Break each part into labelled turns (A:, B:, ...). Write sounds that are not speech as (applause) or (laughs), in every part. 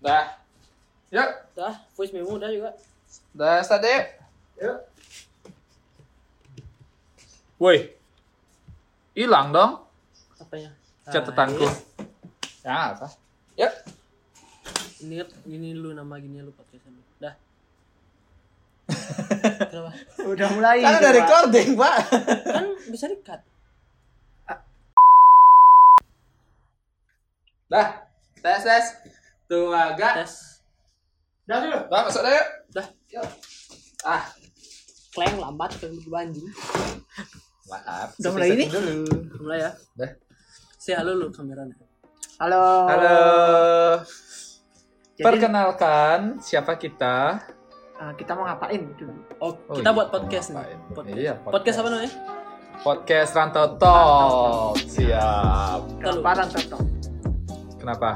A: Dah. Yuk,
B: Dah, voice memo udah juga.
A: dah start deh, yuk.
B: Yuk.
A: Woi. Hilang dong
B: Apanya?
A: catatanku. Ya,
B: Ah,
A: apa? Yuk.
B: iya. Ingat gini lu nama gini ya, lu podcastnya lu.
A: (laughs)
B: Dah. Kenapa?
C: Udah
B: Nah,
C: mulai.
A: Kan udah
C: Pak.
A: recording, Pak.
B: Kan bisa di-cut.
A: Dah. Tes, tes. Dua, gak.
B: Tes.
C: Udah dulu.
A: Dah, masuk deh, yuk.
B: Dah.
A: Yuk. Ah,
B: Kleng lambat kan begitu anjing.
A: maaf.
C: Udah mulai ini?
A: Dulu.
B: Mulai ya.
A: Dah.
B: Si halo lu kameranya.
C: Halo.
B: Oh.
A: Halo.
C: Jadi,
A: Perkenalkan siapa kita?
C: eh, kita mau ngapain gitu.
B: Oh,
A: Oh,
B: kita
A: iya,
B: buat podcast nih.
A: ngapain?
B: Podcast.
A: Iya,
B: podcast.
A: podcast.
B: apa namanya?
A: Podcast Rantau Talk. Siap.
B: Halo.
C: Kelaparan tetap.
A: Kenapa?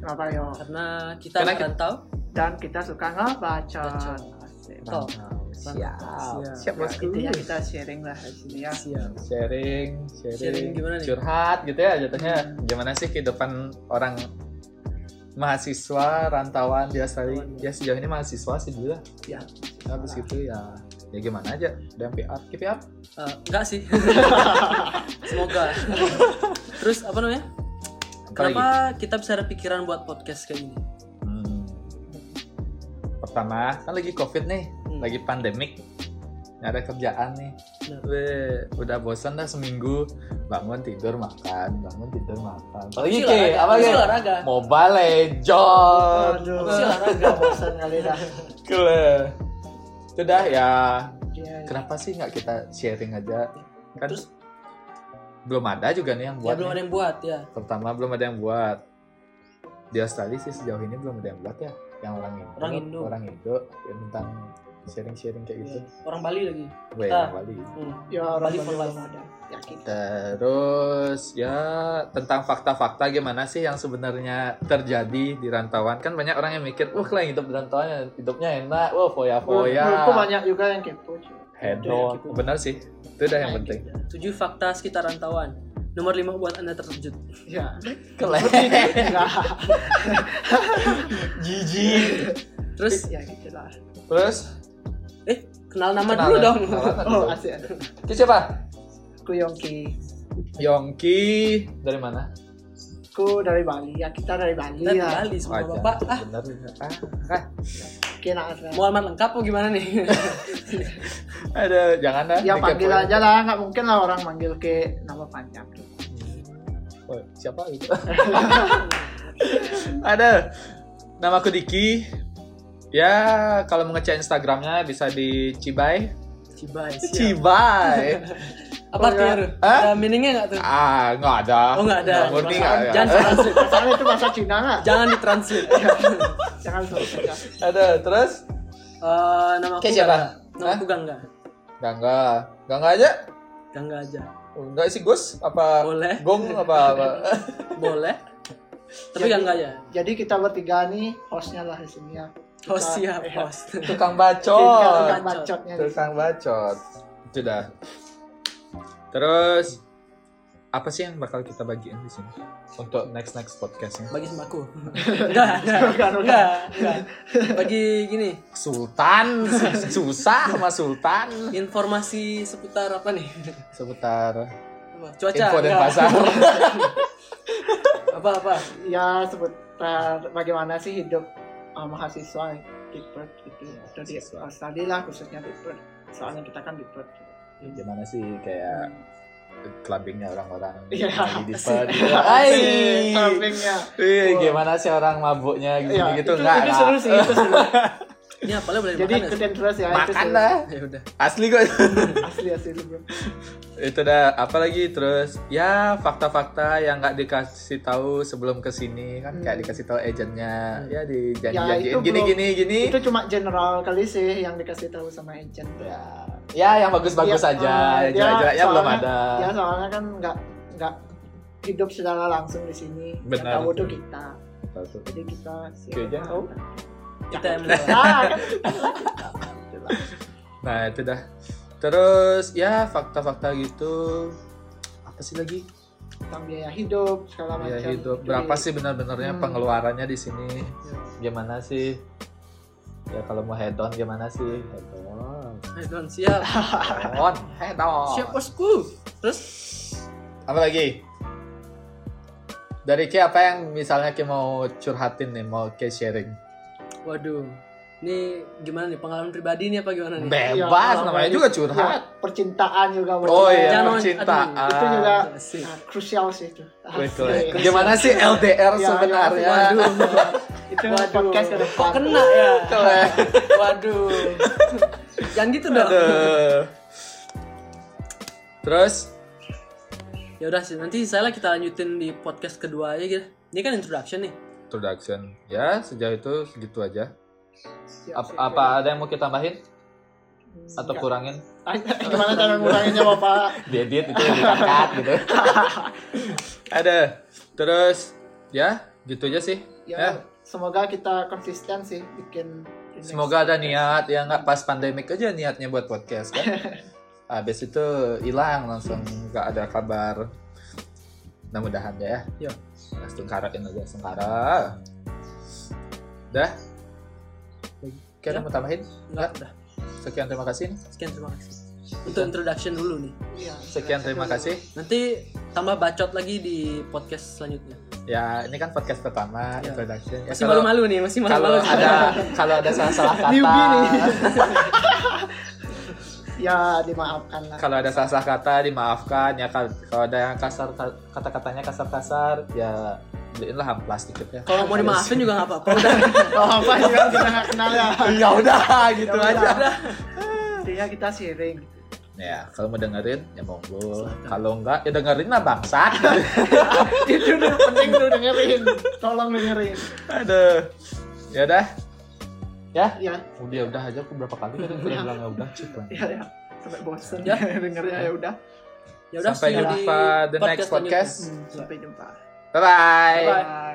C: Kenapa yo?
B: Karena kita
A: Karena kita-
B: Karena merantau.
C: Dan kita suka ngebacot.
B: Bacot.
C: Asik.
B: Talk.
A: Siap.
B: Siap. Nah, gitu
A: Siap,
C: Ya,
A: bosku.
C: intinya kita sharing lah di sini ya.
B: Siap.
A: sharing, sharing,
B: Sharing gimana nih?
A: curhat gitu ya jatuhnya gimana sih kehidupan orang mahasiswa rantauan di Australia
B: Rantauan,
A: ya sejauh ini mahasiswa sih dulu lah
B: Ya.
A: habis itu ya ya gimana aja dan PR keep it up
B: Eh, enggak
A: (laughs)
B: sih. Semoga. Terus apa namanya?
A: Apa lagi?
B: Kenapa kita bisa ada pikiran buat podcast kayak gini?
A: Hmm. pertama kan lagi covid nih
B: Hmm.
A: lagi pandemik nggak ada kerjaan nih
B: Benar.
A: Weh, udah bosan dah seminggu bangun tidur makan bangun tidur makan apalagi
B: Habis
A: ke
B: olahraga,
A: Oh, iya, apa
B: habis
A: Ki?
B: olahraga.
A: Mobile Legends
C: Aduh. Iya,
B: Masih olahraga.
C: bosan kali dah.
A: Kele. Sudah ya.
C: Iya.
A: Kenapa sih nggak kita sharing aja? Kan
B: Terus
A: belum ada juga nih yang
B: ya
A: buat.
B: belum ada
A: nih.
B: yang buat ya.
A: Pertama belum ada yang buat. Di Australia sih sejauh ini belum ada yang buat ya. Yang orang Indo.
B: Orang Indo.
A: orang Indo, ya, tentang sharing-sharing kayak gitu.
B: Orang Bali lagi.
A: Weh,
B: Kita.
A: Bali.
B: Hmm.
C: Ya orang
B: Bali
C: Bali
B: for life.
C: belum ada. Yakin.
A: Terus ya tentang fakta-fakta gimana sih yang sebenarnya terjadi di rantauan kan banyak orang yang mikir wah kalian hidup di rantauan hidupnya enak wah foya-foya
C: Menurutku banyak juga yang kepo. cuy. Nah, gitu.
A: head
C: Ada yang
A: on
B: gitu.
C: kepo.
A: benar sih itu udah yang
B: (laughs)
A: penting
B: Tujuh fakta sekitar rantauan. Nomor lima buat anda terkejut.
C: (laughs) Ya.
A: (laughs) Kelek.
C: Enggak.
A: Jiji.
B: Terus
C: (laughs) Ya gitu lah.
A: Terus
B: eh kenal nama
A: Kenalan.
B: dulu dong.
A: Kenalan atau
C: Oh,
A: belum?
C: asik. asik.
A: Itu siapa?
C: Ku Yongki.
A: Yongki dari mana?
C: Ku dari Bali. Ya kita dari
B: (laughs)
C: Bali.
B: Kita di
C: Ya.
B: Bali
A: Iya.
B: semua
A: Wajar.
B: bapak. Ah,
A: Bener. Ah.
C: Kena asal.
B: mau alamat lengkap apa gimana nih? (laughs)
A: Ada jangan ah. dah.
C: Ya
A: dikepoin.
C: panggil aja lah, nggak mungkin lah orang manggil ke nama panjang.
A: Oh, siapa itu? (laughs) Ada. Nama aku Diki. Ya, kalau mau ngecek Instagramnya bisa di Cibai.
B: Cibai. siap.
A: Cibai.
B: ya. Apa artinya? Ru?
A: Hah?
B: Ada meaningnya nggak tuh?
A: ah, nggak ada.
B: Oh nggak ada.
A: Nggak ngerti nggak ada. (laughs)
B: Jangan translate.
C: Soalnya itu bahasa Cina nggak?
B: Jangan ditranslate.
A: Iya.
C: Jangan ya. suruh suruh.
A: Ada. Terus?
B: Eh, nama aku
A: Kayak siapa?
B: Gangga. Nama
A: Hah?
B: aku Gangga.
A: Gangga. Gangga aja.
B: Gangga aja.
A: Enggak sih Gus apa
B: Boleh.
A: Gong apa
B: (laughs)
A: apa. (laughs)
B: Boleh.
A: Iya.
B: Tapi
C: Jadi-
B: Gangga aja.
C: Jadi kita bertiga nih hostnya lah di sini ya.
B: Oh
C: Kita-
B: siap,
A: Iya.
C: eh,
B: host.
A: Tukang
C: Kita
A: bacot.
C: tukang bacotnya. di
A: Tukang bacot. Sudah. Terus apa sih yang bakal kita bagiin di sini untuk next next podcastnya?
B: Bagi sembako. Enggak, enggak. Enggak, enggak. Bagi gini,
A: Sultan (laughs) susah sama Sultan
B: informasi seputar apa nih?
A: seputar
B: Apa? Cuaca.
A: info dan
C: ya.
B: enggak.
A: pasar.
B: Apa apa?
C: sini. Ya seputar bagaimana sih hidup uh, mahasiswa di Perth gitu. Jadi
A: Mahasiswa.
C: Australia lah khususnya di Perth. Soalnya kita kan di Perth.
A: Gimana sih kayak clubbingnya orang-orang di
C: Iya. (laughs)
A: di depan.
C: Asik,
A: Hai.
C: campingnya.
A: Wih, gimana sih orang mabuknya
C: Ya,
A: gitu-gitu
C: itu,
A: enggak?
C: itu seru sih, itu seru.
B: Ini apa boleh
C: Jadi
B: makan nggak sih?
C: ikutin terus ya. itu
A: Makan
C: seru.
A: lah.
B: Ya udah.
A: Asli kok.
C: Asli asli bro.
A: itu dah apalagi terus ya fakta-fakta yang nggak dikasih tahu sebelum kesini kan kayak dikasih tahu agennya ya
C: Hmm. Ya,
A: dijanji-janjiin
C: itu
A: gini
C: belum-
A: gini gini
C: itu cuma general kali sih yang dikasih tahu sama agent
A: ya ya yang bagus-bagus
C: Ya,
A: aja
C: eh,
A: yang
C: dia
A: jelek-jeleknya belum
C: soalnya-
A: ada
C: ya soalnya kan nggak nggak hidup secara langsung di sini
A: Benar.
C: yang tahu tuh kita jadi kita Oh.
A: Oke, jangan tahu.
B: Kita yang
C: (laughs) nah kan gitu.
A: nah itu dah terus ya fakta-fakta gitu apa sih lagi
C: tentang biaya hidup segala macam.
A: biaya hidup
C: Jadi,
A: berapa sih benar-benarnya
C: Hmm.
A: pengeluarannya di sini
C: ya.
A: gimana sih ya kalau mau head on gimana sih head
C: (laughs)
A: on
B: Don siap.
A: head on head on
B: Siap bosku. Terus
A: apa lagi dari Ki apa yang misalnya Ki mau curhatin nih mau Ki sharing
B: waduh. Ini gimana nih pengalaman pribadi nih apa gimana nih?
A: bebas
C: Iya,
A: namanya
C: iya.
A: juga curhat
C: Ya, percintaan juga
A: oh
C: berarti.
A: iya
B: Jangan,
A: percintaan
B: aduh.
C: Itu juga
B: Asik.
C: Nah, krusial sih itu.
A: Klik,
C: Asik.
A: klik. gimana sih LDR
C: Ya,
A: sebenarnya
C: ya,
A: aduh
C: itu
B: Waduh.
C: podcast ke depan.
B: Kok kena ya?
A: Keren.
B: Waduh. Jangan gitu dong.
A: terus
B: Ya udah sih, nanti saya lah kita lanjutin di podcast kedua aja gitu. Ini kan introduction nih.
A: introduction ya sejauh itu segitu aja
C: Siap,
A: Ap-
C: siap,
A: apa
C: siap.
A: ada yang mau kita tambahin atau
C: Enggak.
A: kurangin
C: Gimana cara nguranginnya Bapak?
A: diedit itu dikat gitu
C: (laughs)
A: ada terus ya gitu aja sih
C: Ya,
A: ya
C: semoga kita konsisten sih bikin di next
A: semoga ada
C: podcast.
A: niat ya nggak pas pandemik aja niatnya buat podcast
C: (laughs)
A: kan habis itu hilang langsung nggak ada kabar mudah-mudahan ya
B: Yo.
C: Iya.
A: langsung karakin aja sengkara dah
C: Iya.
A: Oke, ada
B: Ya.
A: mau tambahin?
B: Enggak, udah.
A: Sekian terima kasih.
B: Sekian terima kasih. Untuk introduction dulu nih.
C: Iya,
A: Sekian terima kasih.
B: Nanti tambah bacot lagi di podcast selanjutnya.
A: Ya, ini kan podcast pertama
C: Iya.
B: Ya.
A: introduction. Ya,
B: Masih
A: kalau-
B: malu-malu nih, masih
A: kalau
B: malu-malu.
C: (laughs)
A: ada kalau ada salah-salah
C: Newbie
A: kata
C: nih. (laughs) Ya, dimaafkan lah.
A: kalau ada salah-salah kata dimaafkan ya kal- kalau ada yang kasar kata-katanya kasar-kasar ya beliin lah amplas dikit ya
B: Kalau mau dimaafin juga nggak apa-apa.
A: (laughs)
B: Udah,
C: Oh, apa juga kita nggak kenal ya.
A: ya udah gitu
C: Ya
A: aja
B: udah.
C: Intinya kita sharing.
A: ya kalau mau dengerin ya monggo
B: Silakan.
A: kalau enggak ya dengerin lah bangsat
C: Itu udah penting tuh dengerin. Tolong dengerin.
A: (laughs) aduh ya udah ya
C: Ya,
A: udah udah aja aku berapa kali (laughs) kan udah bilang ya udah cek lah.
C: ya, ya. Sampai bosen
B: Ya.
C: ya. (laughs) dengernya ya udah.
B: Ya udah,
A: Sampai
B: see you di
A: jumpa the next podcast.
B: selanjutnya.
C: Sampai Hmm, jumpa.
A: bye bye
C: Bye.